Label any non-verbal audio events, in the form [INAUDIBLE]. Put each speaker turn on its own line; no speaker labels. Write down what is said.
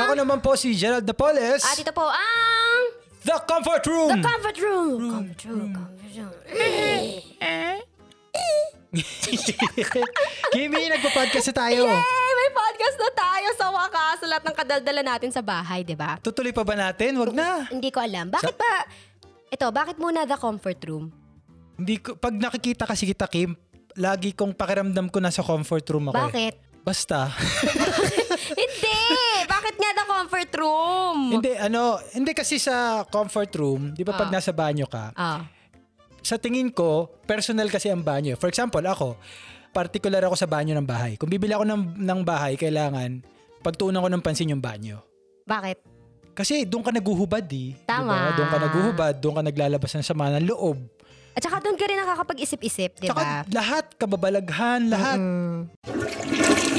ako naman po si Gerald Napoles.
At ito po ang...
The Comfort Room!
The Comfort Room!
Hmm.
Comfort Room, Comfort Room.
[LAUGHS] Kimi, nagpa-podcast na tayo.
Yay! May podcast na tayo sa wakas. Sa lahat ng kadaldala natin sa bahay, di ba?
Tutuloy pa ba natin? Wag na.
Hindi ko alam. Bakit ba... Ito, bakit muna the comfort room?
Hindi ko, pag nakikita kasi kita, Kim, lagi kong pakiramdam ko nasa comfort room ako. eh.
Bakit? [LAUGHS]
Basta. [LAUGHS]
Hindi! Bakit nga the comfort room?
hindi, ano, hindi kasi sa comfort room, di ba pag
Ah.
nasa banyo ka,
Ah.
sa tingin ko, personal kasi ang banyo. For example, ako, particular ako sa banyo ng bahay. Kung bibili ako ng, ng bahay, kailangan pagtuunan ko ng pansin yung banyo.
Bakit?
Kasi doon ka naguhubad eh. di
Tama.
ba? Doon ka naguhubad, doon ka naglalabas ng sama ng loob.
At saka doon ka rin nakakapag-isip-isip, di
Tsaka
ba?
lahat, kababalaghan, lahat.
Mm.